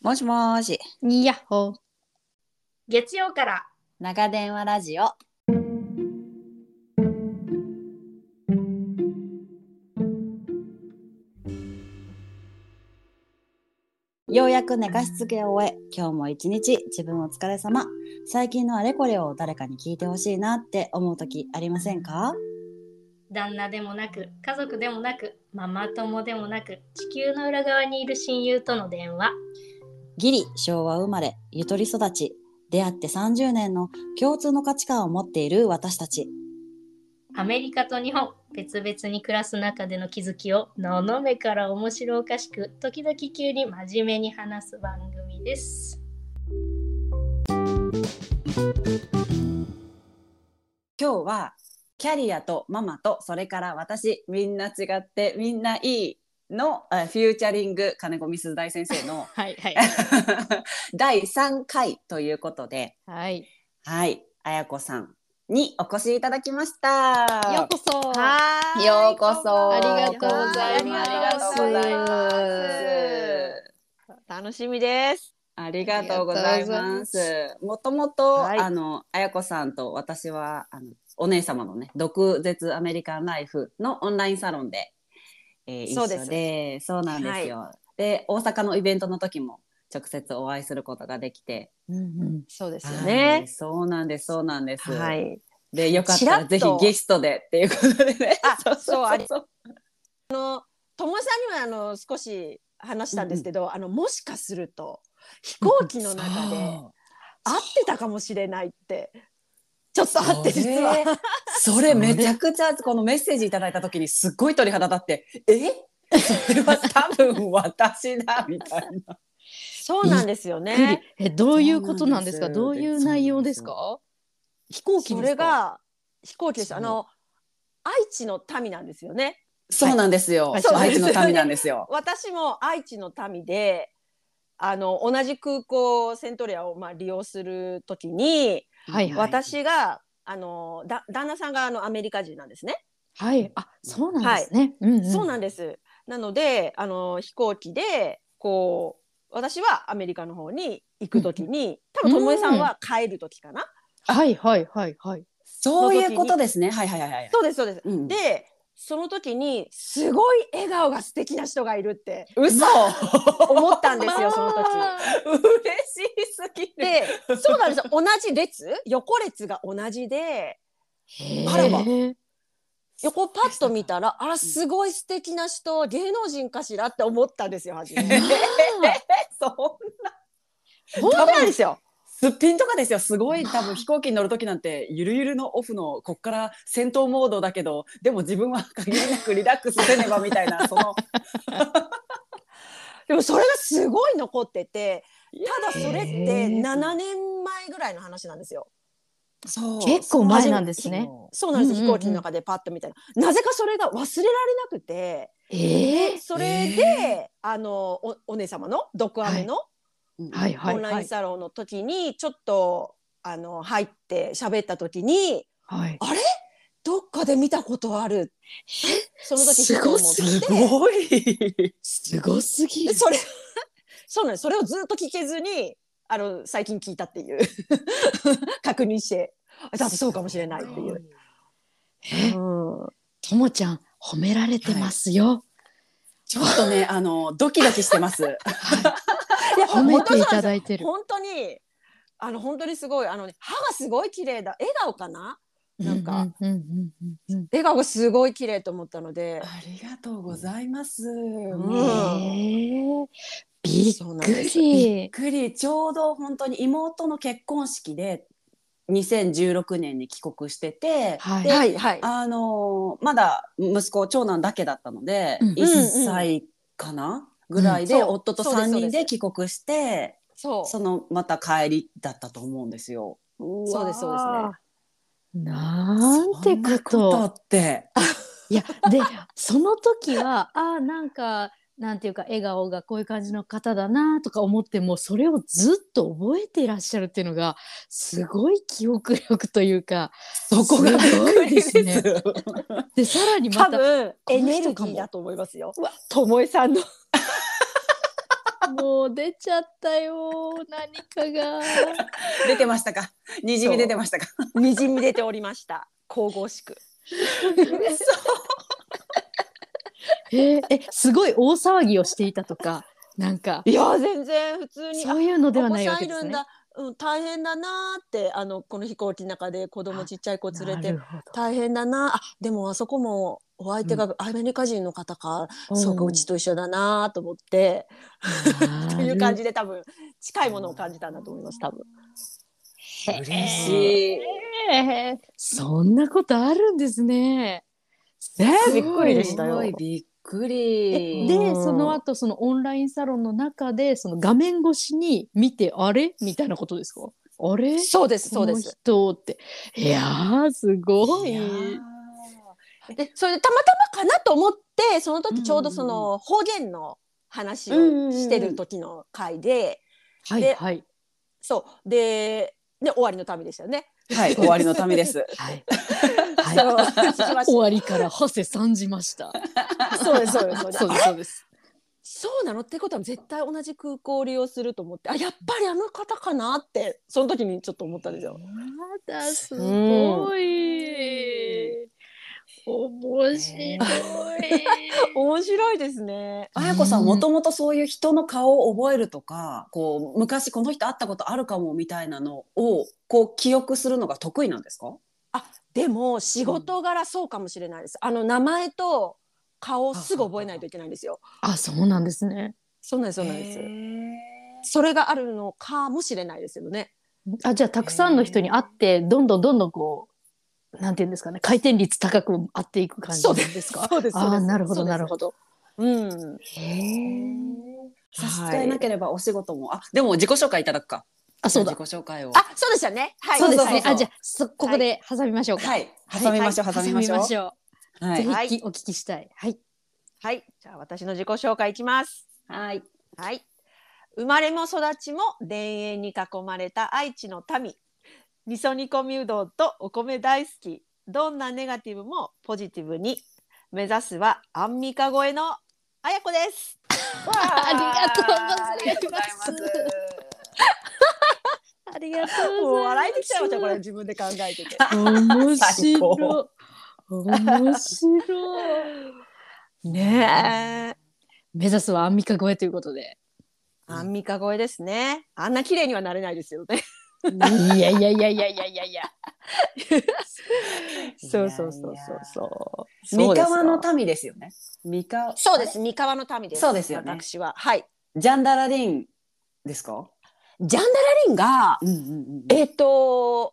もしもーし、にやっほー。月曜から長電話ラジオ。ようやく寝かしつけを終え、今日も一日自分お疲れ様。最近のあれこれを誰かに聞いてほしいなって思う時ありませんか旦那でもなく家族でもなくママ友でもなく地球の裏側にいる親友との電話ギリ昭和生まれゆとり育ち出会って30年の共通の価値観を持っている私たちアメリカと日本別々に暮らす中での気づきを斜めから面白おかしく時々急に真面目に話す番組です今日はキャリアとママとそれから私みんな違ってみんないいのえーフューチャリング金子みすず大先生の はいはい。第3回ということではい。はい綾子さんにお越しいただきましたようこそ。はようこそありがとうございますありがとうございます楽しみです。ありがとうございます。もともと、はいあの、あやこさんと私は、あの、お姉様のね、毒舌アメリカンライフのオンラインサロンで、えー、そうで一す緒で、そうなんですよ。で、大阪のイベントの時も直接お会いすることができて、そうですよはねい。そうなんです、そうなんです。はい。で、よかったちららっとぜひゲストでっていうことでね。あそうあ りそうともえさんにもあの少し話したんですけど、あのもしかすると飛行機の中で会ってたかもしれないって。ちょっとあってそれ実は、それめちゃくちゃこのメッセージいただいた時にすっごい鳥肌立って「えそれは多分私だ」みたいな。そうなんですよゆっくねり。え、 どういうことなんですか。そどうなうんいですう内容ですか。飛行機そですれか。が飛行機です。あの愛知の民なんですよね。そうなんですよ。はいそう愛知の民なんですよ。私も愛知の民で、あの同じ空港セントリアをまあ利用するときに、はいはい。私があのだ旦那さんがあのアメリカ人なんですね。はい。あ、そうなんですね。うんうん。そうなんです。なので、あの飛行機で、こう、私はアメリカの方に行くときに、うん多分ともえさんは帰るときかな。はいはいはいはい。そういうことですね。はいはいはいはい。そうです、そうです。うん、で、その時に、すごい笑顔が素敵な人がいるって嘘思ったん ですよ、その時。嬉しすぎ る。で、そうなんですよ。同じ列横列が同じで、時あらま横パッと見たら、あら、すごい素敵な人、芸能人かしらって思ったんですよ、初め。そ本当なんですよ。うすっぴんとかですよすごい多分飛行機に乗る時なんてゆるゆるのオフのこっから戦闘モードだけどでも自分は限りなくリラックスせねばみたいなそのでもそれがすごい残っててただそれっへてー7年前ぐらいの話なんですよ。そう結構前なんです ね。そうなんです、うんうんうん飛行機の中でパッとみたいななぜかそれが忘れられなくてええ。それで、あのおお姉様の「毒アメ」のはいはオいンラはインい。サロンの時にちょっとあの入って喋った時にはい。どっかで見たことあるその時すごすふと思ってごい。すごすぎでそれ そうなんですそれをずっと聞けずにあの最近聞いたっていう 確認してあだってそうかもしれないっていう。え、うんともちゃん褒められてますよ。ちょっとね、 あの、ドキドキしてます。いや褒めていたいだいてる。本当にあの本当にすごいあのね歯がすごい綺麗だ笑顔かななんかうんうんうんうん笑顔がすごい綺麗と思ったのでありがとうございます。うん。んへえ。びそうっなんくですびっり。くり、ちょうど本当に妹の結婚式で。2016年に帰国してて、はいではいはいあのまだ息子長男だけだったので、うん1歳かなぐらいで、うんそう夫とそうで3す人そうでで帰国してそうそのまた帰りだったと思うんですよ。そうですそうですねなんそてこんなことと。っていやでその時はあーなんかなんていうか笑顔がこういう感じの方だなとか思ってもそれをずっと覚えていらっしゃるっていうのがすごい記憶力というかそこがびっくりですすごいですねでさらにま多た分こエのネ人ルギかもーだと思いますよともえさんのもう出ちゃったよ何かが。 出てましたか。にじみ出てましたか。にじみ出ておりました 神々しくええすごい大騒ぎをしていたとかなんかいや全然普通にそういうのあではないわけでお子すさんいるんね。だ、うん、大変だなーってあのこの飛行機の中で子供ちっちゃい子連れなてるほど大変だなあでもあそこもお相手がアメリカ人の方か、そうかんうちと一緒だなーと思ってな っるていう感じで多分近いものを感じたんだと思います多分。嬉しい。えーそんなことあるんですね。ねすごびっくりいでしたよすごいびっくえり。でうんその後そのオンラインサロンの中でその画面越しに見てあれみたいなことですかあれそうですそうです。この人っていやーすごいやーでそれでたまたまかなと思ってその時ちょうどその方言の話をしてる時の回ではいではいそうでね終わりのためでしたよね。はい、終わりのため です。 はい、そうは聞きまい、し終たわりからハセさんじましたそうですそうですそうですそうですそうですそうなのってことは絶対同じ空港を利用すると思ってあやっぱりあの方かなってその時にちょっと思ったんですよ。まだすごい、面白い面白いですね。あやこさんもともとそういう人の顔を覚えるとかこう昔この人会ったことあるかもみたいなのをこう記憶するのが得意なんですかでも仕事柄そうかもしれないです。あの名前と顔をすぐ覚えないといけないんですよ。あそうなんですねそうなんですそうなんです。それがあるのかもしれないですよね。あじゃあたくさんの人に会ってどんどんどんどんこうなんていうんですかね回転率高く会っていく感じそうですかそうでああなるほどなるほほどど。うん。差し支えなければお仕事も、あでも自己紹介いただくかあそうだ自己紹介をあそうでしたね。はい。そうですねそあうじそゃあそここで挟みましょうかはい挟みましょう、はい挟みましょう挟ょうはい、はぜいひきお聞きしたいはい、うはい。じゃあ私の自己紹介いきます。はい、はい。生まれも育ちも田園に囲まれた愛知の民。味噌煮込みうどんとお米大好き。どんなネガティブもポジティブに。目指すはアンミカ超えのあやこです。わーありがとうございますありがとうございます。ありがとうもうございます笑いてきちゃいましたこれ自分で考えてて。面最高白い面白いねえ。目指すはアンミカ超えということでアンミカ超えですね。あんな綺麗にはなれないですよね。いやいやいやいやいやいやいやそうそうそうそうそう。三河そうのですよ民ですよね三河そうです。三河の民です。そうですよね私は。はい。ジャンダラリンですかジャンダラリンが、うんうんうんえっ、と、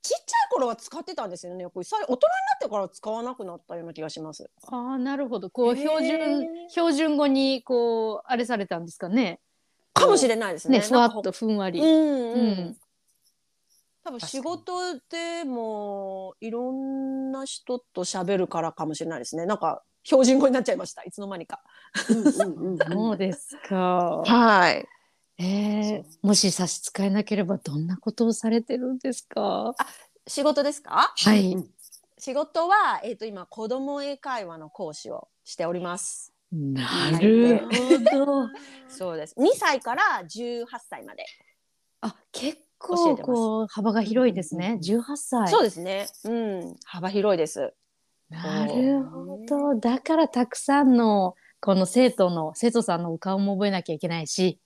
ちっちゃい頃は使ってたんですよね。これさ大人になってから使わなくなったような気がします。ああなるほどこうへー標準標準語にこうあれされたんですかねかもしれないですね。ねふわっなんかとふんわり、ほ。うんうん。うん多分仕事でもいろんな人と喋るからかもしれないですね。なんか標準語になっちゃいました。いつの間にか。うんうんうんそうんうですかはい。えーもし差し支えなければどんなことをされてるんですか仕事ですか？はい仕事はえっ、と今子供英会話の講師をしております。なるほどそうです。2歳から18歳まで。あ結教え構てますこう幅が広いですね18歳そうですね。うん、幅広いです。なるほどだからたくさんのこの生徒の生徒さんのお顔も覚えなきゃいけないし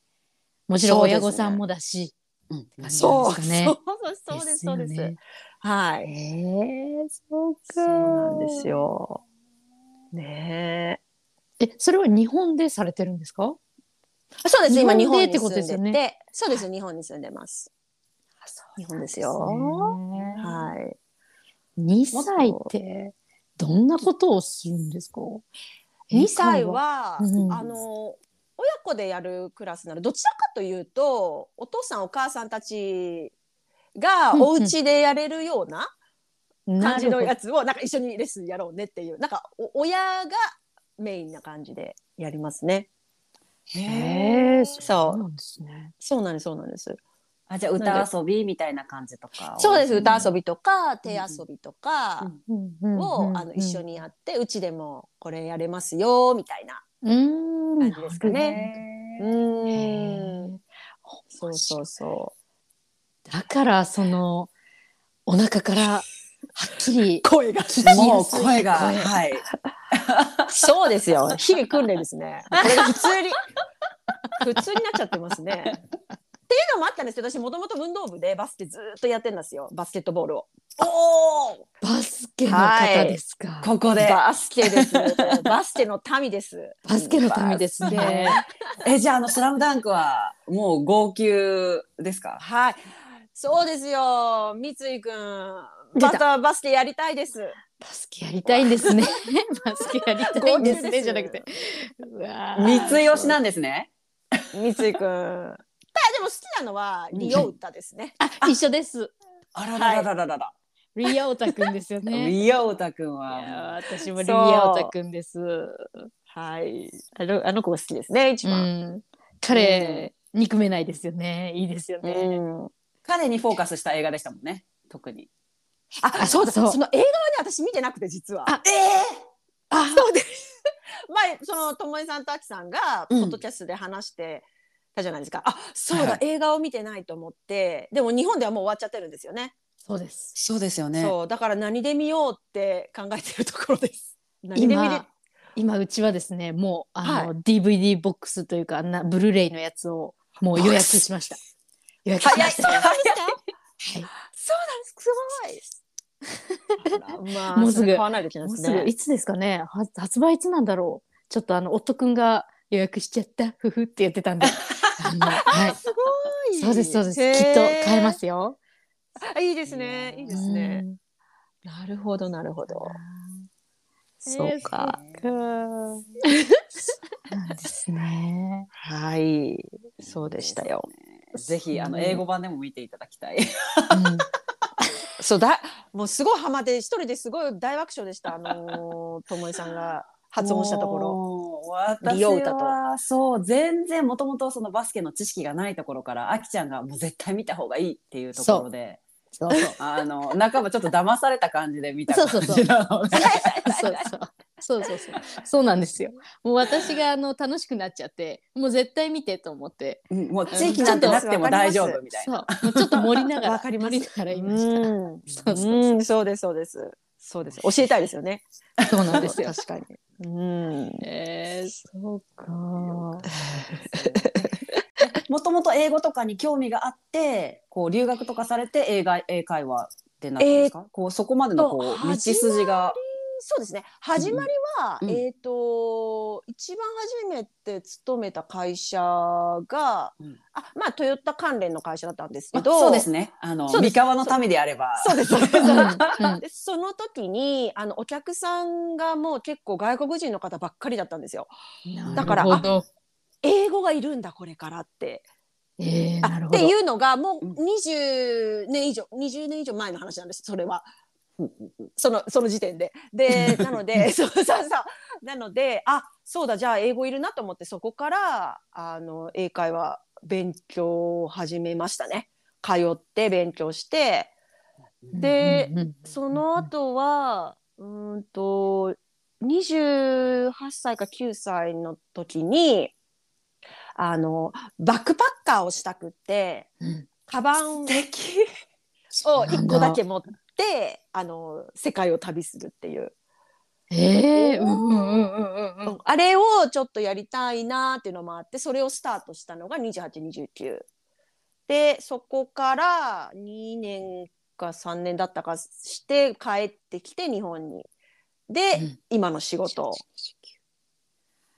もちろん親御さんもだし、うんそうですねそうそうそうですそうです。はい。えー、そうか。そうなんです。よ。ねえ、それは日本でされてるんですか。え。そうです。今日日本本でにってこと住んでですてよて、ねそうです。日本に住んでます。日本ですよ。ははい。い。二歳ってどんなことをするんですか。 2歳は、うんあの親子でやるクラスなのどちらかというとお父さんお母さんたちがうんうんお家でやれるような英会話感じのなやるつをなんか一緒にレッスンやろうねっていうなんかお親がメインな感じでやりますね。ほへど。えーー、そうなんですね。そうなんですそうなんです。あじゃあ歌遊びみたいな感じとかそうです歌遊びびとか手遊びとかうんを、あの一緒に。にやってうちでもこれやれますよみたいなうーん。感じですかね。うん。そ面う白そいうそだからそのお腹からはっきりう。声が。もう声が、はい。 そうですよ。日々訓練ですね。これが普通に。普通になっちゃってますね。っていうのもあったんですけど、私もともと運動部でバスケずっとやってんですよ。バスケットボールを。おお。バスケの方ですか。ここで。バスケです。 バスケの民です。バスケの民ですバスケね。え、じゃあ、あの、スラムダンクは、もう号泣ですかはい。そうですよ。三井くん。出またたバスケやりたいです。バスケやりたいんですね。 バスケやりたいんです号泣ねですじゃなくて。うわー三井推しなんですね。三井 くん。ただでも好きなのはリオウタですね。あ一緒です。あららららららら。リアオタくんですよね。いいや、おたくんやーは。私もリアオタくんです。はい。あのあの子が好きですね。一う。ん、彼、憎めないですよね。いいですようね。ん彼にフォーカスした映画でしたもんね。特に。あ、そうだ。そそうの映画はね、私見てなくて、実は。あえあそうです。前、そのともえさんとあきさんが、ポうんッドキャストで話して。たじゃないですか。あ、そうだ、はいはい映画を見てないと思って、でも日本ではもう終わっちゃってるんですよね。そうです。そうですよね。そう、だから、何で見ようって考えてるところです。何で見れ今。今うちはですねもうあの、は DVD ボックスというかあんなブルーレイのやつをもう予約しました予約しま 早い。しそうなんたですか。そうなんです。すごい。まあ、もうすぐそれ買わないといけないでもうすすぐねい。つですかねは発売いつなんだろうちょっとあの夫くんが予約しちゃったふふって言って たんであのはいすごい。。そうですそうですきっと買えますすよあいいですね。いいですね。なるほど、なるほど。そうか。うんなんですね はい。そうでしたよ。ぜひ、あの、うん英語版でも見ていただきたい。うんそうだ、もうすごいハマって、一人ですごい大爆笑でした。あのー、ともえさんが発音したところ。ろ。美私容歌とはそう全然もともとそのバスケの知識がないところからあきちゃんがもう絶対見た方がいいっていうところでそうそうあの半ばちょっと騙された感じで見たそう感そうそうじなのでそうそう。そうそうそう。そうなんですよ。もう私があの楽しくなっちゃって、もう絶対見てと思って。うんもう地域なんてなくても大丈夫みたいな。そう。もうちょっと盛りながら。わかります盛りながらう言いましん、そうそうそうんそうです、そうです。そうです。教えたいですよね。た。そうなんですよ。確かに。うん。えー、そうか。もともと英語とかに興味があってこう留学とかされて英会英会話ってなったんですか、こうそこまでのことう道筋がそうですね。始まりは、うんえっ、と、一番初めて勤めた会社が、うんあ、まあ、トヨタ関連の会社だったんですけあど。そうですねあのそうで三す河の民であればそうです。そうですうんうんでその時にあのお客さんがもう結構外国人の方ばっかりだったんですよ。だからなるほど。英語がいるんだこれからって。えー、あなるっほど。ていうのがもううん20年以上20年以上前の話なんですそれはほうほうほうそのその時点で。 でなのでそうそうそうなのであそうだじゃあ英語いるなと思ってそこからあの英会話勉強を始めましたね。通って勉強してでうんうんうん、その後は、うーんと、28歳か9歳の時に、あの、バックパッカーをしたくって、うんカバンを敵1個だけ持って、あの、世界を旅するっていう。えー、うんうんうんうんうん。あれをちょっとやりたいなっていうのもあって、それをスタートしたのが28、29。で、そこから2年か3年だったかして帰ってきて日本に。で、うん今の仕事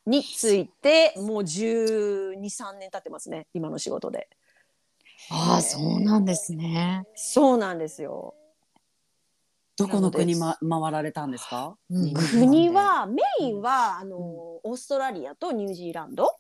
について、もう12、3年経ってますね、今の仕事で。ああ、そうなんですね。そうなんですよ。どこの国、ま、回られたんですかうん国は、メインは、あの、オーストラリアとニュージーランド。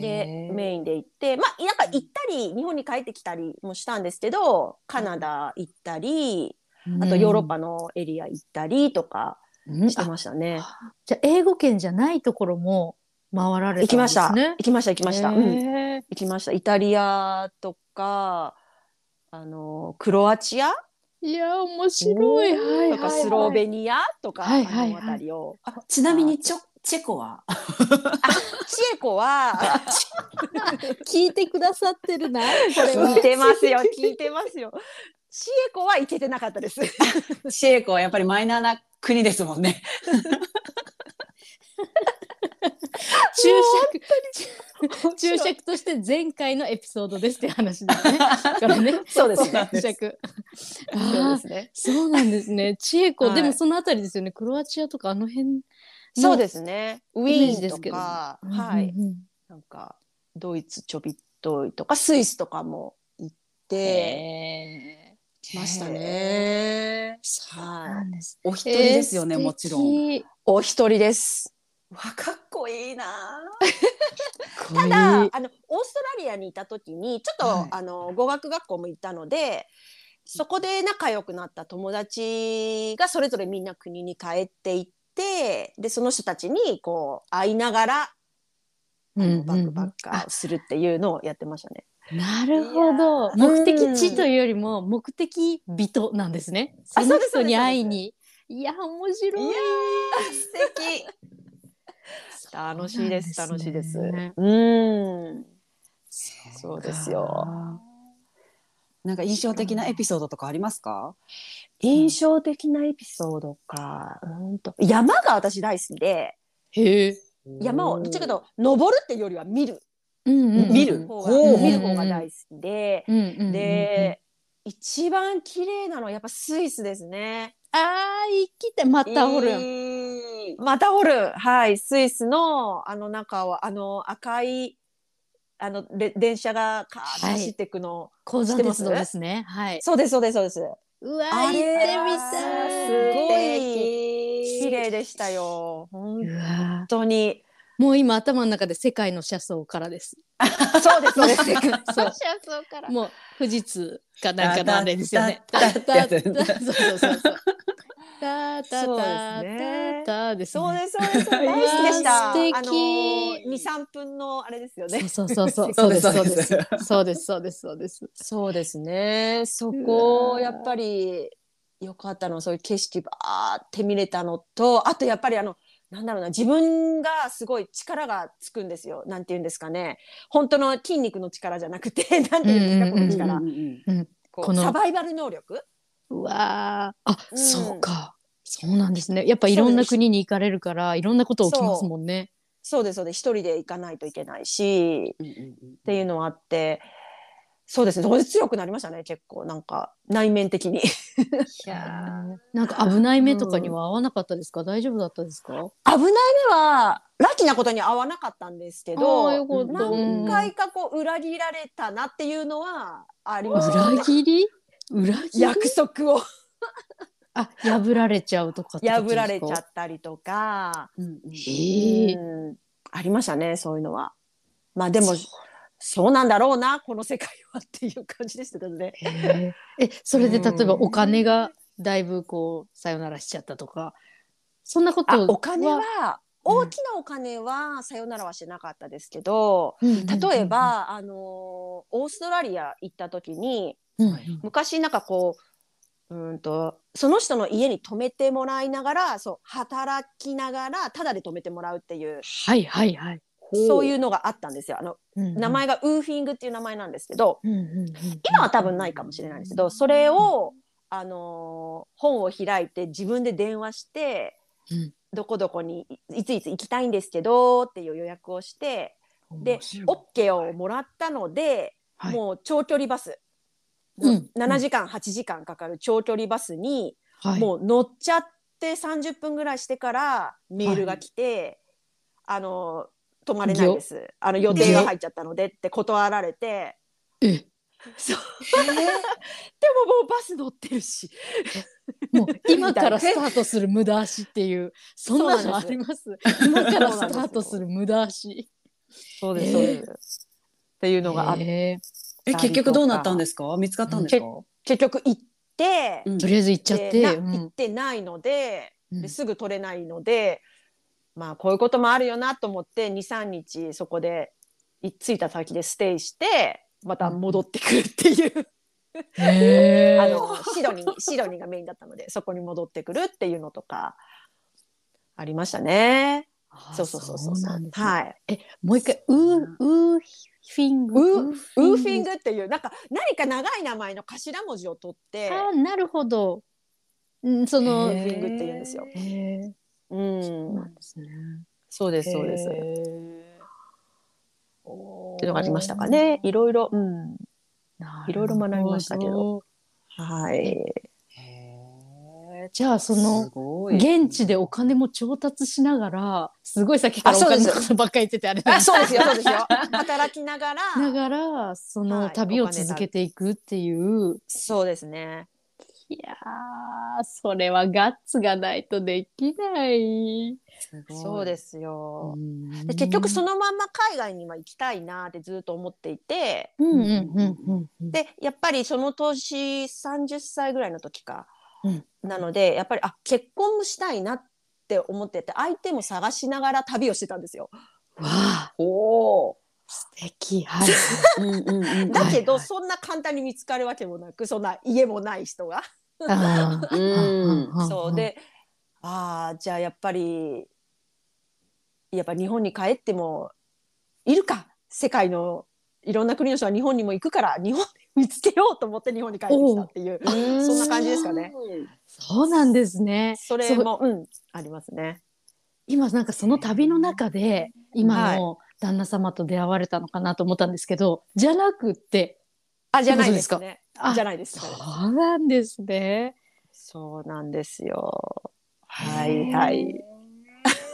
でメインで行ってまあなんか行ったり日本に帰ってきたりもしたんですけどカナダ行ったりあとヨーロッパのエリア行ったりとかうんしてましたね。じゃあ英語圏じゃないところも回られ行きたんまでしすね。た行きました行きました、へうーん行きましたイタリアとかあのクロアチアいや面白い。はいはい、とかスローベニアとか、はいはいあはいの辺りをあちなみにちょチェコはチエコ は聞いてくださってるな。これ は聞いてますよ聞いてますよチエコはいけてなかったです チェコはやっぱりマイナーな国ですもんね。注 釈注釈として前回のエピソードですって話です ね。からね。そうで注 釈。そうでああすねそうなんですね。チエコ、はいでもそのあたりですよね。クロアチアとかあの辺の。そうですねウイメィージーでンすとけどかうんうんうん。はいなんかドイツちょびっといとかスイスとかも行ってえました。ねそうはないんです。お一人ですよね、えーもちろん。。お一人ですわかっこいいなた ただ、あのオーストラリアにいた時にちょっと、はいあの語学学校も行ったのでそこで仲良くなった友達がそれぞれみんな国に帰っていってでその人たちにこう会いながらあのバックパッカーをするっていうのをやってましたね。なるほど。いやー目的地というよりも目的人なんですね。そあのそうです人に会いに。いや面 白い。素 敵。楽しいですそうなんですね楽しいでうんそうですよ。なんか印象的なエピソードとかありますか？印象的なエピソードかうんと山が私大好きでへえ。山をどっちかというと登るっていうよりは見るうんうんうん見る方ほがう見る方が大好きで、うんうんうんうん、で、一番綺麗なのはやっぱスイスですね。あー生きてまたおるん。いいまたホルンはいスイスのあの中をあの赤いあのれ電車がカーッと走っていくの、鉱山鉄道知ってますですね。はい。そうですそうですそうですうわあ行ってみれたい。すごい綺綺麗でしたよう本わ当にもう今頭の中で世界の車窓からです。 そうですそうです そうそうからもう富士通かなんかのあれですよね。タタタタタタタそうそうそうそう。タタタそうですねタタですね。そうですそうです大好きで したあうわー素敵の二三分のあれですよねそうそうそうそそううでですすそそううでですすそうですそうですそうですそうですねそうわこーやっぱり良かったのはそういう景色ばーって見れたのとあとやっぱりあのなんだろうな自分がすごい力がつくんですよなんて言うんですかね本当の筋肉の力じゃなくて なんて言うんですかこの力こうこのサバイバル能力うわーあ、うんそうかそうなんですねやっぱいろんな国に行かれるからいろんなこと起きますもんねそうですそうです一人で行かないといけないしっていうのはあってそうですねそこで強くなりましたね結構なんか内面的に いやなんか危ない目とかには合わなかったですか、大丈夫だったですか危ない目はラッキーなことに合わなかったんですけどあーよかった何回かこう裏切られたなっていうのはありました裏切り裏切り約束をあ破られちゃうとかってこ破とですかられちゃったりとか、へえうんありましたねそういうのは。まあでもそうなんだろうなこの世界はっていう感じでしたけどね。へええそれで例えばうんお金がだいぶこうさよならしちゃったとかそんなことあお金はうん大きなお金はさよならはしてなかったですけど、うん例えば、あのーオーストラリア行った時にうんうん昔なんかこううーんとその人の家に泊めてもらいながらそう働きながらタダで泊めてもらうっていうはいはいはい、そういううのがあったんですよ。あのうんうん名前がウーフィングっていう名前なんですけどうんうんうんうん今は多分ないかもしれないんですけどそれを、あのー本を開いて自分で電話して、うんどこどこにいいついつ行きたいんですけどっていう予約をしてで OK をもらったので、はいもう長距離バス、うん7時間8時間かかる長距離バスに、はい、もう乗っちゃって30分ぐらいしてからメールが来て、あの泊まれないですあの予定が入っちゃったのでって断られて。え そうでももうバス乗ってるしもう今からスタートする無駄足っていうそんなのあります今からスタートする無駄足そうですそそううで、ですっていうのがあって、へええ結局どうなったんですか？見つかったんですか？結局行って、うんとりあえず行っちゃっでなて、うん行ってないのでうんですぐ取れないので、まあこういうこともあるよなと思って23日そこでい着いた先でステイしてまた戻ってくるっていう、へえあのシドニーにシドニーがメインだったのでそこに戻ってくるっていうのとかありましたね。そうそうそうそうなんですねはいもう一回ウーウーフィンウグウーフィングっていうなんか何か長い名前の頭文字を取ってあーなるほど。うんそウのーフィングって言うんですよ。へえうん、なんですね。そうですそうです。っへてーいうのがありましたかね。いろいろ、うん、なるほどいろいろ学びましたけど。はい。へじゃあそのの現地でお金も調達しながらすごいさっきからおあそうで金すのことばっかり言っててあれなんあ、ですそうですよそうですよ。働きながら、ながらそはのい旅おを金だ続けていくっていう、そうですね。い、やーそれはガッツがないとできない。そうですすよ。でで結局そののまんま海外には行きたいなってずっと思っていて、うんうんうんうんでやっぱりその年30歳ぐらいの時か、うんなのでやっぱりあ結婚もしたいなって思ってて相手も探しながら旅をしてたんですよ。わあごい。おお。素敵 はい。うん うんうんだけど、はいはいそんな簡単に見つかるわけもなくそんな家もない人が。あーうんあーそうでああじゃあやっぱりやっぱ日本に帰ってもいるか世界のいろんな国の人は日本にも行くから日本で見つけようと思って日本に帰ってきたっていうそんな感じですかね。そうなんですね。それそうもうんありますね。今なんかその旅の中で今の旦那様と出会われたのかなと思ったんですけど、じゃなくってあじゃゃなないいでですすね。あじゃないですそかね。うなんですね。そうなんですよ。はいはい。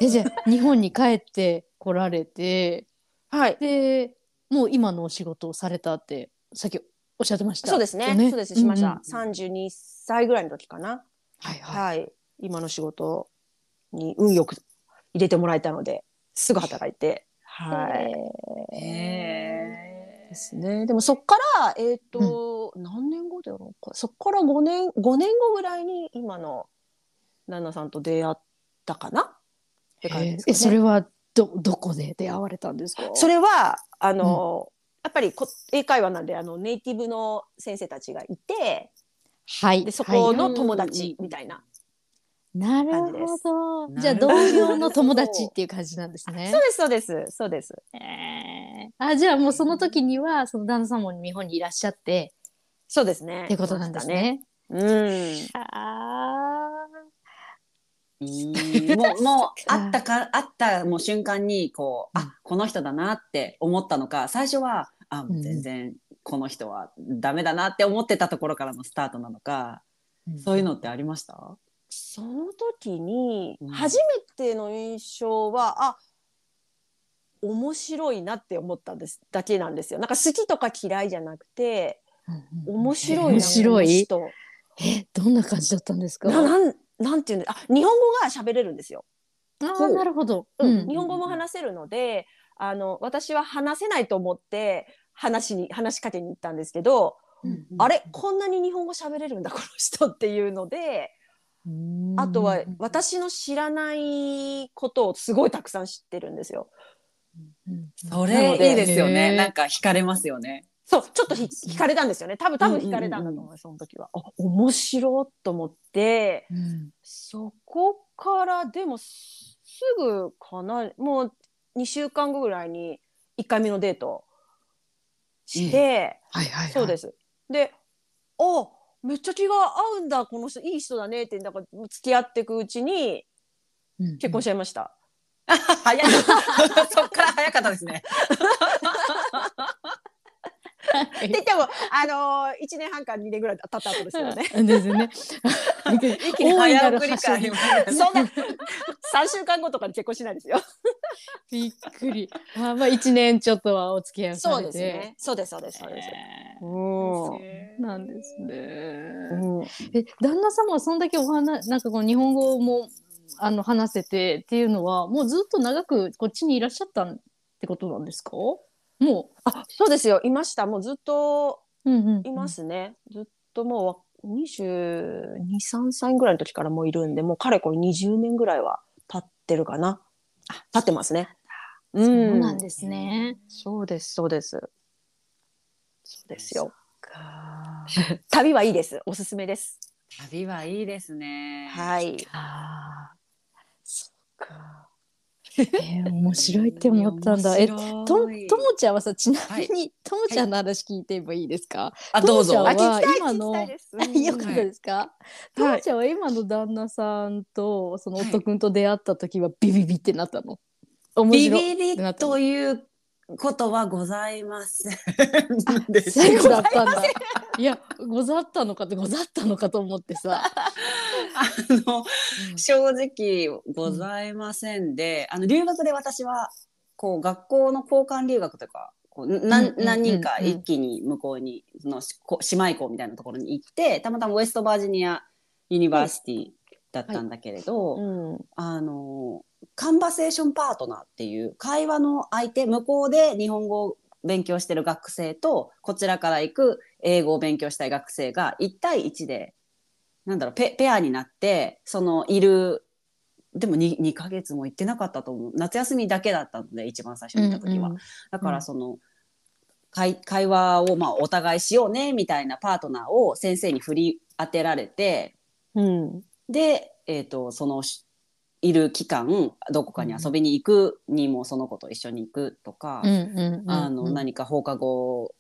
えじゃあ日本に帰ってこられてはい。でもう今のお仕事をされたってさっきおっしゃってましたそうですね。そうです。しました。三十二歳ぐらいの時かな。はいはい、はい。今の仕事に運よく入れてもらえたので、すぐ働いて。はい。へですね。でもそっから、えっ、と、何年後だろうか。そっから5年、5年後ぐらいに今の旦那さんと出会ったかなって感じえですか、ね。えそれはどどこで出会われたんですかそれはあの、やっぱりこ英会話なんであのネイティブの先生たちがいてはいでそこはいの友達みたいな、なる感じですほなどるほどじゃあ同僚の友達っていう感じなんですねそう。ですそうですそうですえーあじゃあもうその時にはその旦那様も日本にいらっしゃってそうですねってことなんですね。うんあいい もうもうあったかあったもう瞬間にこう、うんあこの人だなって思ったのか最初はあもううん全然この人はダメだなって思ってたところからのスタートなのか、ーそういうのってありました、その時にうん初めての印象は、あ面白いなって思ったんですだけなんですよなんか好きとか嫌いじゃなくて面白いな面白このい。人えどんな感じだったんですか。ななんなんていうんだあ日本語が喋れるんですよあーなるほど。う、うんん日本語も話せるので、あの私は話せないと思って話しに話しかけに行ったんですけど、うんあれこんなに日本語喋れるんだこの人っていうので、うんあとは私の知らないことをすごいたくさん知ってるんですよ。うんそなれのでいいですよへねーなんか惹かれますよね。そうちょっとひ惹かれたんですよね多分多分惹かれたんだと思います、その時は。あ面白いと思ってうんそこからでもすすぐかなもう2週間後ぐらいに1回目のデートして。はいはいはい。。そうですす。で、あ、めっちゃ気が合うんだ、この人いい人だねって、なんか付き合っていくうちに結婚しちゃいました。 早い そっから早かったですね。ってて言っても、あのー、一年半か二年ぐらい経った後ですよね。ですね。 一気に 大いな早る送り発感あり祥ます そねんな三週間後とかに結婚しないですよ。びっくり。あーまあ一年ちょっとはお付き合いをされて。。。そうですそうですそうです。うなんですね。ん。え旦那様はそんだけお話なんかこう日本語もあの話せてっていうのはもうずっと長くこっちにいらっしゃったってことなんですかもうあ、そうですよ。いました。もうずっとうんうんうんいますね。ずっともう二十二三歳ぐらいの時からもういるんで、もうかれこれ二十年ぐらいは経ってるかな。あ、経ってますね。うそうなんですね。そうです、そうです。そうですよ。 旅はいいです。おすすめです。旅はいいですね。はい。 ああそっか。えー面白いって思ったんだ。え、と、面と白もいちゃんはさ、ちなみはに、ともちゃんの話聞いてもいいですか。あどうともぞちゃあん聞きはたい今聞のきたいです。あよかったですか。とはいもちゃんは今の旦那さんと、そのはい夫君と出会った時は、ビビビってなったの。面ビ白い。ビリということはございません。あですそういうことだったんだ。いや、ござったのかって、ござったのかと思ってさ。あの正直ございませんで、あの留学で私はこう学校の交換留学というかこうなうんうんうんうん何人か一気に向こうにそのしこ姉妹校みたいなところに行ってたまたまウェストバージニアユニバーシティだったんだけれど、うん。あのカンバセーションパートナーっていう会話の相手向こうで日本語を勉強してる学生とこちらから行く英語を勉強したい学生が1対1でなんだろうペペアになってそのいるでも 2, 2ヶ月も行ってなかったと思う夏休みだけだったので一番最初に行った時は。うんうんだからその、会会話をまあお互いしようねみたいなパートナーを先生に振り当てられてうん。で、えー、とそのしいる期間どこかに遊びに行くにもその子と一緒に行くとか、うんうんうんあの何か放課後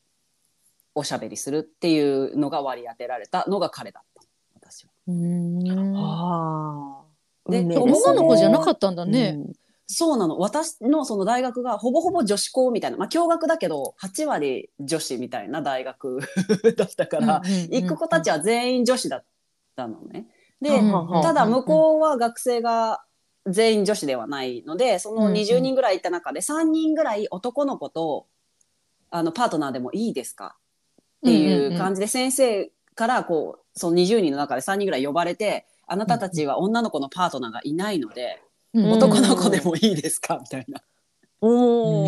おしゃべりするっていうのが割り当てられたのが彼だった私は。うんああ。で運命すね女の子じゃなかったんだね。そうなの私のその大学がほぼほぼ女子校みたいなまあ共学だけど8割女子みたいな大学 だったから、行く子たちはは全員女子だったのね。で、うんうんただ向こうは学生が全員女子ではないのでその20人ぐらいいた中で3人ぐらい男の子とあのパートナーでもいいですかっていう感じで先生からこうその20人の中で3人ぐらい呼ばれてあなたたちは女の子のパートナーがいないのでうん男の子でもいいですかみたいな。おお。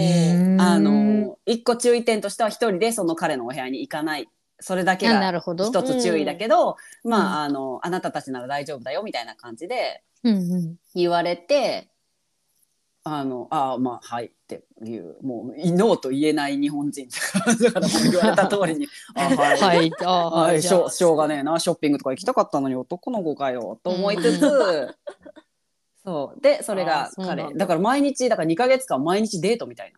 あの一個注意点としては一人でその彼のお部屋に行かないそれだけあがなるほど。一つ注意だけど、んまああのあなたたちなら大丈夫だよみたいな感じでうんうん言われてあのああまあはいっていうもうノーと言えない日本人だからもう言われた通 りにあはい。ははいい。ああはいしょしょうがねえなショッピングとか行きたかったのに男の子かよと思いつつ、そうでそれあーがそうなん彼だだから毎日だから2か月間毎日デートみたい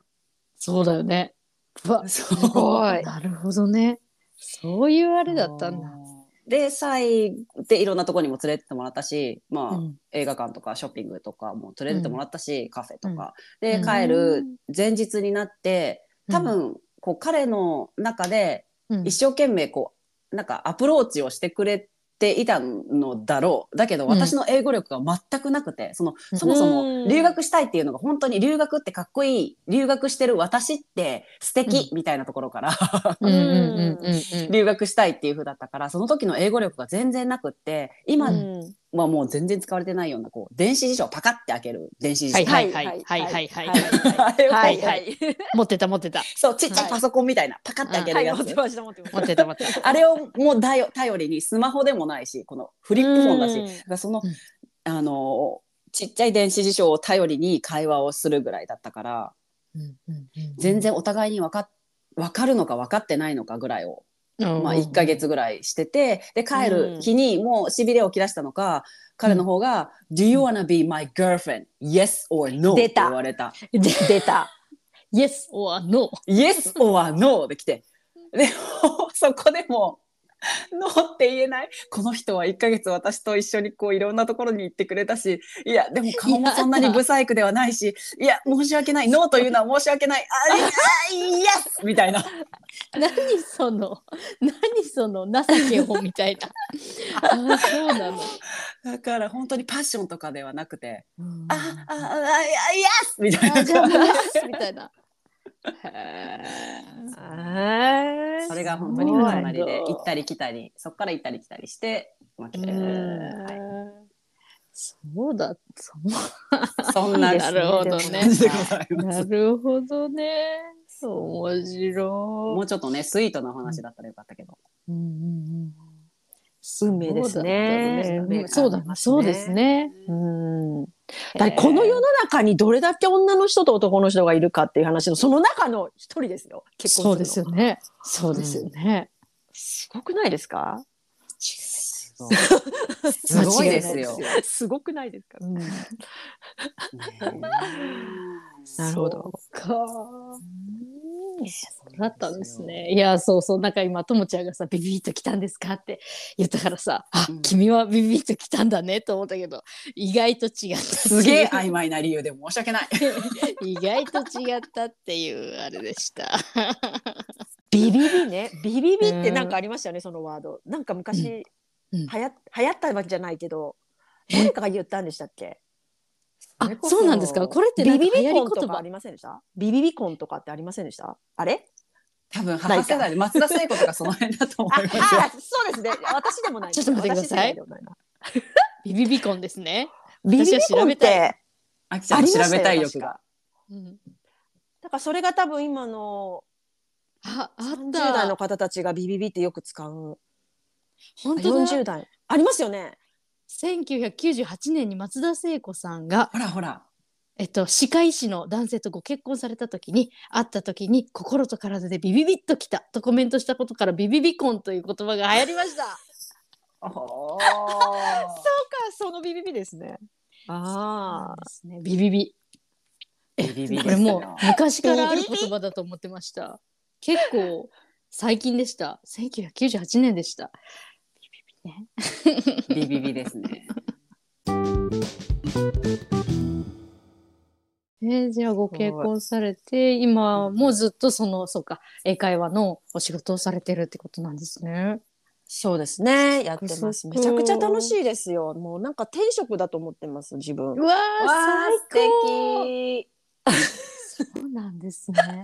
そうだよね。うわな。すごい。なるほどね。そういうあれだったんだ。で最後でいろんなとこにも連れてってもらったし、まあうん映画館とかショッピングとかも連れてってもらったし、カフェとか、うんで帰る前日になって多分こう彼の中でうん一生懸命こうなんかアプローチをしてくれていたのだろうだけどうん私の英語力が全くなくてそのうんそもそうもん留学したいっていうのが本当に留学ってかっこいい留学してる私って素敵、みたいなところから うんうんうんうん留学したいっていう風だったからその時の英語力が全然なくって今うんはもう全然使われてないようなこう電子辞書をパカッて開ける電子辞書、はいはいはいはいはいはい あれをははいいははいい。持ってた持ってたそうちっちゃいパソコンみたいな、パカッて開けはるい、やつ、持ってました、持ってまし持たっ。てた持ってた。あれをもうだよ頼りにスマホでもないしこのフリップフォンだし、うんだからその、うんあのちっちゃい電子辞書を頼りに会話をするぐらいだったから全然お互いに分かっ分かるのか分かってないのかぐらいをまあ、1ヶ月ぐらいしててで帰る日にもうしびれを切らしたのか、彼の方が「Do you wanna be my girlfriend? Yes or no?」って出た言われた出た。 「Yes or No 「Yes or no?」で来てでもうそこでも「ノーって言えないこの人は1ヶ月私と一緒にこういろんなところに行ってくれたしいやでも顔もそんなにブサイクではないしいや申し訳ないノーというのは申し訳ないあ いあイエスみたいな」何その何その情 けをみたいなああそうなのだから本当にパッションとかではなくてうん「ああああイエス!」みたいあなじゃあ もう Yes みたいなへえそれが本当に重なりで行ったり来たりそこから行ったり来たりして、まあえーはいそうだそうそんななるほどね感じでございまなす。るほどね面白もうちょっとねスイートなお話だったらよかったけど、い、うんうんうん、運命ですねうんそうだねそうです。ねうん。だからこの世の中にどれだけ女の人と男の人がいるかっていう話のその中の一人ですよ。結そ婚うでするよの。ねそうですよね、すごくないですか？すそうすごいですよ。すごくないですか。うん、ねなるほど。かそうだったんですね。いやそうそうなんか今ともちゃんがさビビッときたんですかって言ったからさあ、うん君はビビッときたんだねと思ったけど意外と違った すげえ曖昧な理由で申し訳ない。意外と違ったっていうあれでした。ビビビね、ビビビってなんかありましたよね、そのワード。なんか昔、うんうんはや、流行ったわけじゃないけど。誰かが言ったんでしたっけ。あそうなんですかこれってなビんかビ流ビ行コりンと言かあ葉りませんでした。ビビビコンとかってありませんでした。あれ。多分博世代で松田聖子とかその辺だと思あ、いますよ。あそうですね。私でもない。ちょっと待ってください私でもなな。ビビビコンですね。ビビビ私はコンっ調べたいてあきちあゃりんまの調したよべたい確欲がか。うん、だからそれが多分今のああ30った代の方たちがビビビってよく使う。本当だ40代ありますよね。 1998年に松田聖子さんが、ほらほら。えっと、歯科医師の男性とご結婚された時に会った時に心と体でビビビッときたとコメントしたことからビビビコンという言葉が流行りました。おかそのビビビですね。ああ。ですね、ビビビ。ビビビですこよれもう昔からある言葉だと思ってました。結構最近でした。1998年でした。ビビビですね。えーじゃあごごい結婚されて今もうずっとそのそうか英会話のお仕事をされてるってことなんですね。そうですね。やってます。そっめかちゃくちゃ楽しいですよ。もうなんか天職だと思ってます自分。わー素敵。敵そうなんですね。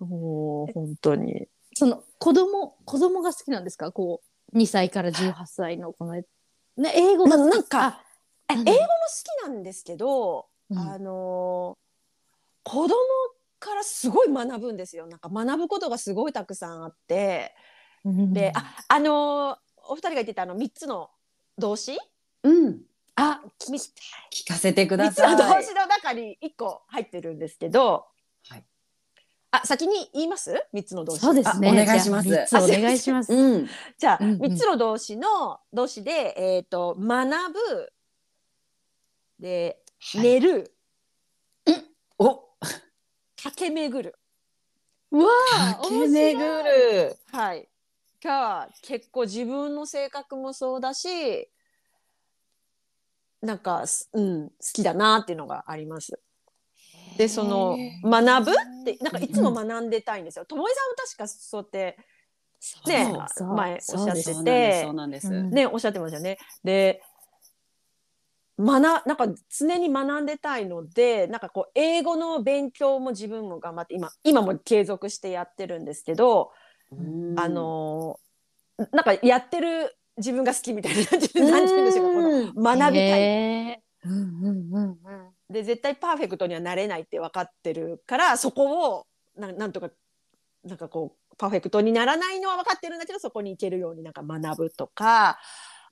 もう本当に。 その子供子供が好きなんですかこう2歳から18歳のこの、ね、英語がな好きなんかえ英なん語だも好きなんですけど、うんあのー子供からすごい学ぶんですよ。なんか学ぶことがすごいたくさんあって、うんで、ああのーお二人が言ってたあの三つの動詞。うん。あ、み聞かせてくだ三つさのい。動詞の中に一個入ってるんですけど。はいあ、先に言います。三つの動詞。そうですね。あお願いしますじゃあ三つお願いします。うん。じゃあ、うんうん三つの動詞の動詞で、えっ、と、学ぶ。で、はい寝る、お。駆け巡る。うわあ、駆け巡る。はい。が、結構自分の性格もそうだし。なんか、すうん、好きだなっていうのがあります。で、その、学ぶって、なんかいつも学んでたいんですよ。ともえさんは確か、そうやって、ねそうそう前そおっうしゃっですててそう。なんです。うそうなんんでね、おっしゃってましたよね。で、学、なんか常に学んでたいので、なんかこう、英語の勉強も自分も頑張って、今、今も継続してやってるんですけど、すうんあ、のーなんかやってる自分が好きみたいな、なんて言うんでしょうか、こうんの学びたい。へーうんうんうんうん。で、絶対パーフェクトにはなれないって分かってるから、そこを、ななんとか、なんかこう、パーフェクトにならないのは分かってるんだけど、そこに行けるようになんか学ぶとか、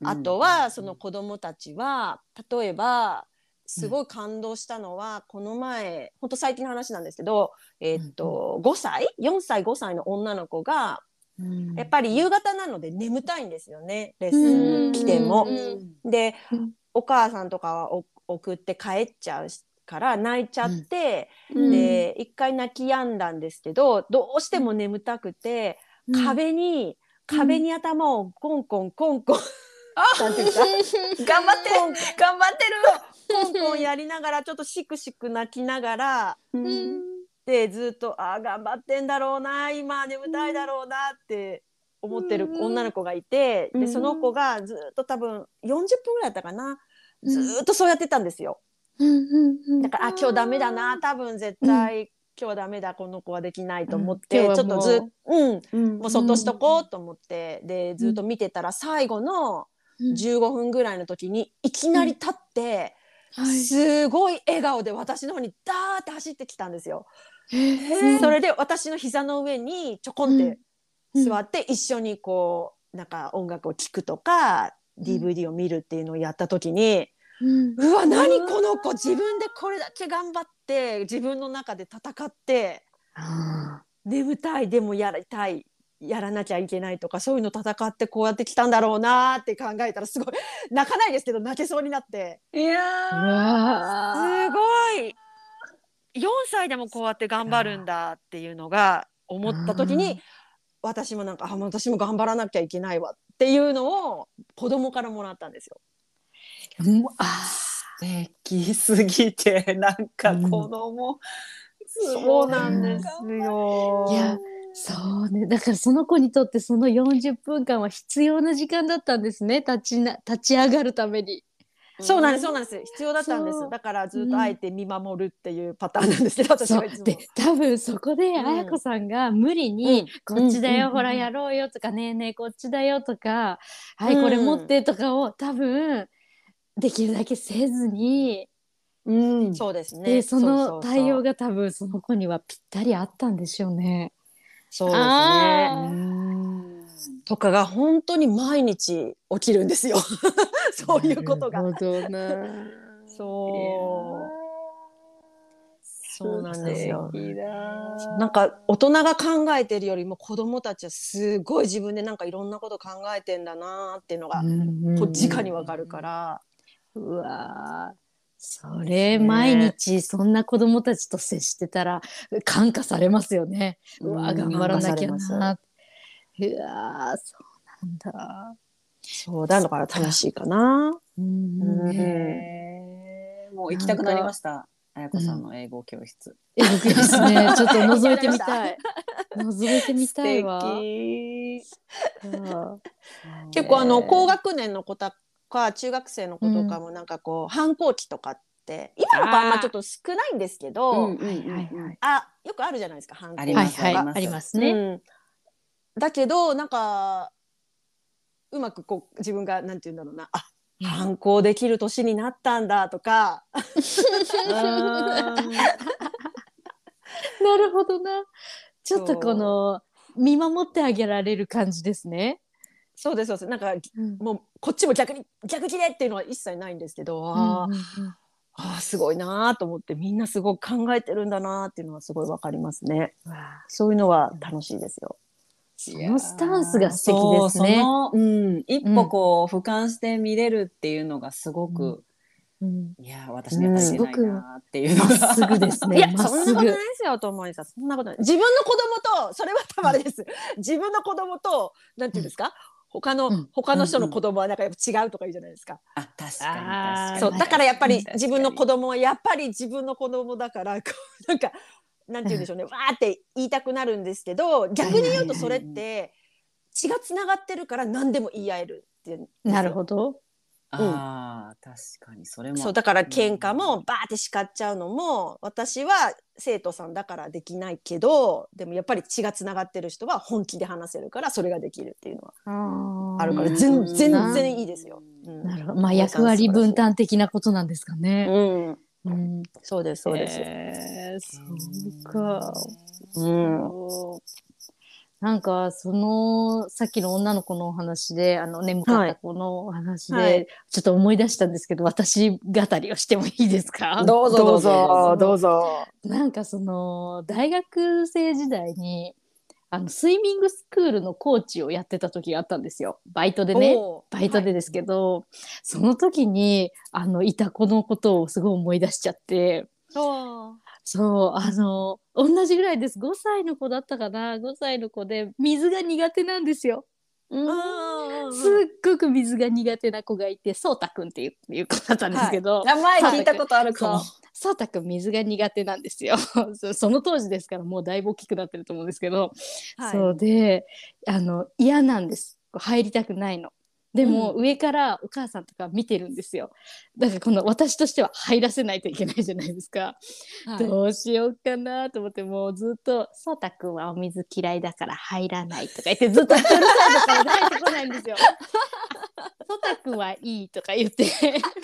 あとはその子供たちは例えばすごい感動したのは、この前ほんと最近の話なんですけど、えーっと5歳4歳5歳の女の子がうんやっぱり夕方なので眠たいんですよねレッうスんン来ても。うんで、うんお母さんとかはお送って帰っちゃうから泣いちゃって、うんで一回泣き止んだんですけどどうしても眠たくて、壁に壁に頭をコンコンコンコン、なんていうか 頑張ってる頑張ってる。ポンポンやりながらちょっとしくしく泣きながらでずっとあー頑張ってんだろうな今眠たいだろうなって思ってるうん女の子がいてうでんその子がずっと多分40分ぐらいだったかなうんずーっとそうやってたんですよ。だからあ今日ダメだな多分絶対今日はダメだこの子はできないと思って、うん今ち日ょっとはもうずっうんうんもうそっとしとこうと思ってでずっと見てたら最後のうん15分ぐらいの時にいきなり立って。すごい笑顔で私の方にダーって走ってきたんですよ。それで私の膝の上にちょこんってうん座って一緒にこうなんか音楽を聴くとか DVD を見るっていうのをやった時にうんうわ何この子自分でこれだけ頑張って自分の中で戦ってあ眠たいでもやりたいやらなきゃいけないとかそういうの戦ってこうやってきたんだろうなーって考えたらすごい泣かないですけど泣けそうになっていやーうすわーごい4歳でもこうやって頑張るんだっていうのが思った時うに私もなんかあもう私も頑張らなきゃいけないわっていうのを子供からもらったんですよ。うんあ素敵すぎてなんかうん子供、すごいそうなんですよいやそうねだからその子にとってその40分間は必要な時間だったんですね立ちな立ち上がるために。そうなんです、そうなんです。必要だったんでそうす。だからずっとあえて見守るっていうパターンなんですけど、私そはういつも。で多分そこでん綾子さんが無理うんに「こっちだよ、うんほらやろうよ」とか「ねえねえこっちだよ」とか「はいこれ持って」とかを多分できるだけせずに、うんそうですね。でそのうそうそう対応が多分その子にはぴったりあったんでしょうね。そうですあね。とかが本当に毎日起きるんですよ。 そういうことが。なるほどなそう。そうなんですよ素敵だなんか大人が考えてるよりも子供たちはすごい自分でなんかいろんなこと考えてんだなーっていうのが、こう直にわかるから。うわーそれ、毎日そんな子供たちと接してたら感化されますよね。うわうーん頑張らなきゃ感化されまな。うわーそうなんだ。そうだから楽しいかな。うんうんへーもう行きたくなりました綾子さんの英語教室、え僕で すね。ちょっと覗いてみたい。覗いてみ素たいわ。敵うん結構あのね高学年の子とか中学生の子とかもなんかこう、反抗期とかって今の子はあんまちょっと少ないんですけど、うんうんはいうんはいはい。あよくあるじゃないですか反抗あ期りとかはまいすはいありますありますうね。ん、だけどなんかうまくこう自分がなんて言うんだろうなあ反抗できる年になったんだとかなるほど な。ちょっとこの見守ってあげられる感じですね。 そうですそうですなんかうんもうこっちも逆に逆切れっていうのは一切ないんですけど、あーあーすごいなーと思ってみんなすごく考えてるんだなーっていうのはすごいわかりますね。そういうのは楽しいですよ。そのスタンスが素敵ですいやーね。そうその、うん、一歩こう、俯瞰して見れるっていうのがすごく、うんいやー私には足りないなーっていうまのっが、すぐです いね。やまっそんすなことないぐで。すよと思いさんそんなことない自分の子供とそれはたまれです 自分の子供となんていうんですか、他の、うん他の人の子供はなんかやっぱ違うとか言うじゃないですか、 あ確かに確かあーにそうだからやっぱり確かに自分の子供はやっぱり自分の子供だからこうなんかなんて言うんでしょうね、わーって言いたくなるんですけど逆に言うとそれって血がつながってるから何でも言い合えるっていうなるほど。あー確かにそれもそうだから喧嘩もバーって叱っちゃうのも私は生徒さんだからできないけどでもやっぱり血がつながってる人は本気で話せるからそれができるっていうのはああるからうん全全然いいですよ。うんなるほど。まあ役割分担的なことなんですかね。うん、うん。そうですそうです。えーそうか。うんなんかそのさっきの女の子のお話であの眠かった子のお話で、はいちょっと思い出したんですけど私語りをしてもいいですかどうぞどうぞどどうぞ。なんかその大学生時代にあのスイミングスクールのコーチをやってた時があったんですよバイトでねおーバイトでですけど、その時にあのいた子のことをすごい思い出しちゃってはそうあの同じぐらいです5歳の子だったかな5歳の子で水が苦手なんですよ。いすっごく水が苦手な子がいてそうたくんっていういう子だったんですけど、名前聞いたことあるかも。そうたくん水が苦手なんですよ そその当時ですからもうだいぶ大きくなってると思うんですけど、はいそうであの嫌なんですこう入りたくないの。でも、上からお母さんとか見てるんですよ。だからこの私としては入らせないといけないじゃないですか。どうしようかなと思ってもうずっと「そうたくんはお水嫌いだから入らない」とか言ってずっとうるさいとから入ってこないんで すよ。そうたくんはいいとか言って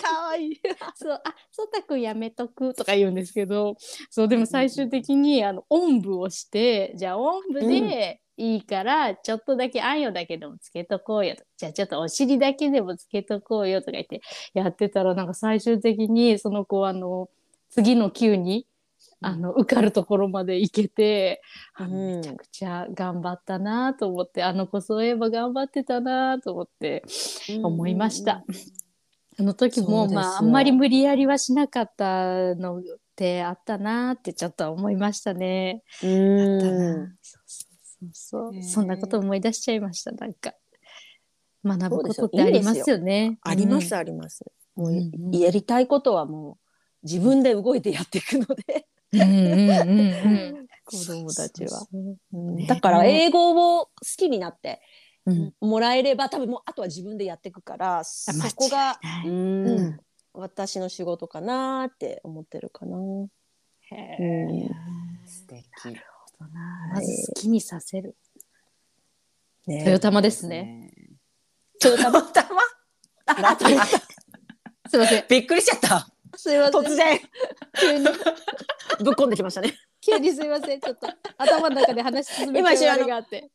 可愛い。そう、あ、そうたくんやめとくとか言うんですけど、そう、でも最終的に、あの、おんぶをして、じゃあおんぶでいいから、ちょっとだけあんよだけでもつけとこうよと。じゃあちょっとお尻だけでもつけとこうよとか言ってやってたら、なんか最終的にその子は、あの、次の級に、あの受かるところまで行けて、あうんのめちゃくちゃ頑張ったなと思ってあの子そういえば頑張ってたなと思って思いました。あの時そうも、ですよまあ、あんまり無理やりはしなかったのってあったなってちょっと思いましたね。うあったんなそうそうそうそねうそんなこと思い出しちゃいましたなんか学ぶこそとうっですてよありますよね。ありますうんあります。もううんうんやりたいことはもう自分で動いてやっていくので、うんうんうんうん、 子供たちはそう。そうそううんねだから英語を好きになってうんもらえれば多分もうあとは自分でやっていくから、そこが間違いないうん私の仕事かなって思ってるかな。へうえん素敵そうだなまず好きにさせる。ね豊玉ですね。ちょっとたまたま。すいません。びっくりしちゃった。すいません。突然急にぶっこんできましたね。急にすいません。ちょっと頭の中で話し進め今一ち瞬ゃあうののがあって。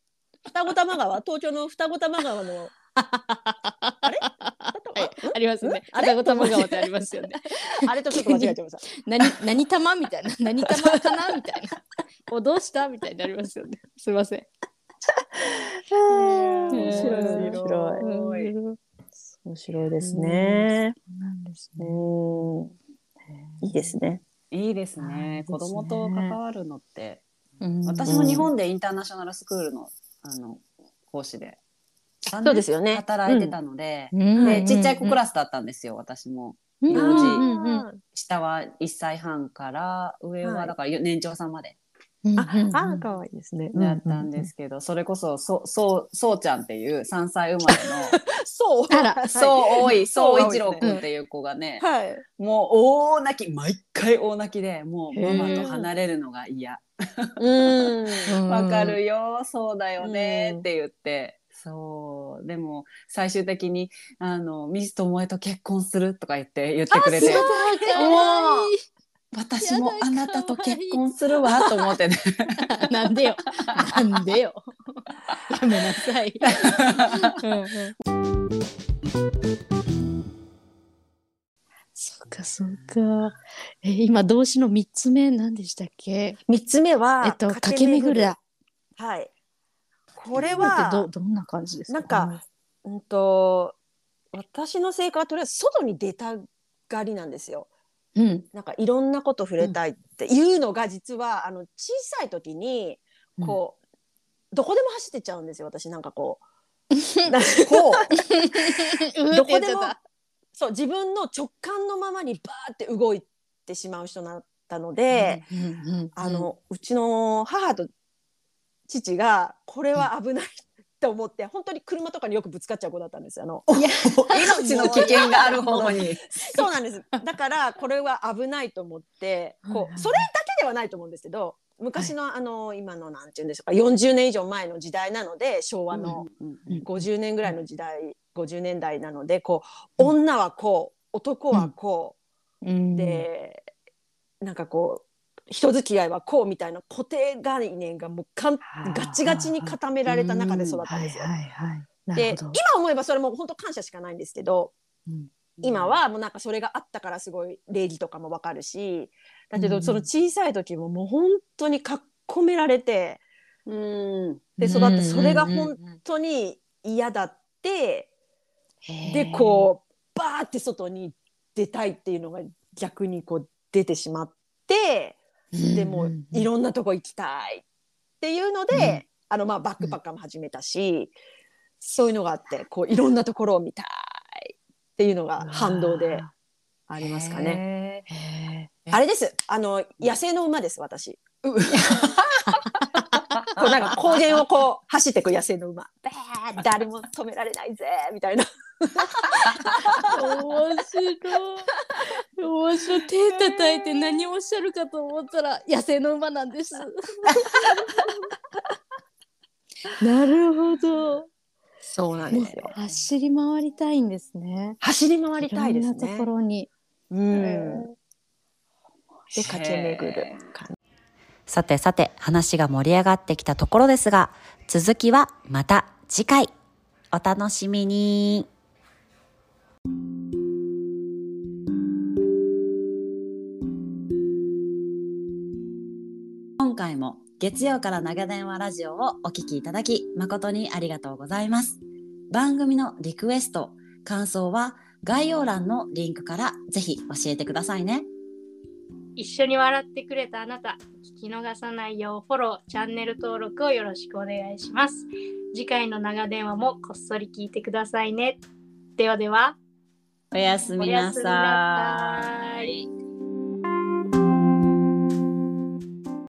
双子玉川東京の双子玉川のはい、ありますね。ああれれご玉川ってありますよね。あれとちょっと間違えちゃいました。 何何玉みた いな何玉かなみたいな。おどうしたみたいになりますよね。すいません。面白い面白い面白いですね。なんですう。んいいですね。いいですね。子供と関わるのって。私私も日本でインターナショナルスクールのあの講師でそうですよね働いてたので、もでちっちゃい子クらラスだったんですよ私もい幼うん児うんうん下は1歳半から上ははいだから年長さんまでうんあ、可愛いですねだったんですけど、それこそそうそうそうちゃんっていう3歳生まれ のそう。あらはいそう多い そうそう多い一郎ですね君っていう子がね、はい。もう大泣き毎回大泣きでもうママと離れるのが嫌うん。わかるよ、そうだよねって言って、そうでも最終的にあのミス友恵と結婚するとか言って言ってくれてあすごいかわいい私もやだあなたと結婚するわと思って ねなんでよ。なんでよ。やめなさい。うんうんそうかそうか。え今動詞の三つ目なんでしたっけ？三つ目はえっと駆け巡るだ。。はい。これこれってどは、どんな感じですか？なんかうんと私の性格はとりあえず外に出たがりなんですよ。うんなんかいろんなこと触れたいっていうのが実はあの小さい時にこう、どこでも走ってっちゃうんですよ私なんかこうなんかこうどこでもそう自分の直感のままにバーって動いてしまう人だったので、うんうんうんあのうちの母と父がこれは危ないと思って本当に車とかによくぶつかっちゃう子だったんですよあの 命の危険があるほどにそうなん です。だからこれは危ないと思って、はいこはういそれだけではないと思うんですけど、昔のあの今のなんて言うんでしょうか、40年以上前の時代なので、昭和の50年ぐらいの時代、50年代なので、こううん女はこう、男はこうんうで、なんかこう。人付き合いはこうみたいな固定概念がもうかんはあガチガチに固められた中で育ったんですよ。はいはいはい。なでる今ほど。思えばそれも本当感謝しかないんですけど、うん今はもうなんかそれがあったからすごい礼儀とかもわかるしだけうどんその小さい時ももう本当にかっこめられてうんで育ってそれがうんうん本当に嫌だってうんうんでこうバーって外に出たいっていうのが逆にこう出てしまってへえでもういろんなとこ行きたいっていうのであのまあバックパッカーも始めたしそういうのがあってこういろんなところを見たいっていうのが反動でありますかね。ねへあれです。あの野生の馬です私。 こうなんか高原をこう走ってく野生の馬。バーッ誰も止められないぜみたいな。面白い。面白い。手叩いて何をおっしゃるかと思ったら野生の馬な んです。なるほど。そうなもう。走り回りたいんですね。走り回りたいですろんなねとこ。ろに。うん。でで駆け巡る感じ。さてさて話が盛り上がってきたところですが続きはまた次回お楽しみに回も月曜から長電話ラジオをお聞きいただき誠にありがとうございます。番組のリクエスト、感想は概要欄のリンクからぜひ教えてくださいね。一緒に笑ってくれたあなた、聞き逃さないようフォロー、チャンネル登録をよろしくお願いします。次回の長電話もこっそり聞いてくださいね。ではでは、おやすみなさーい。い。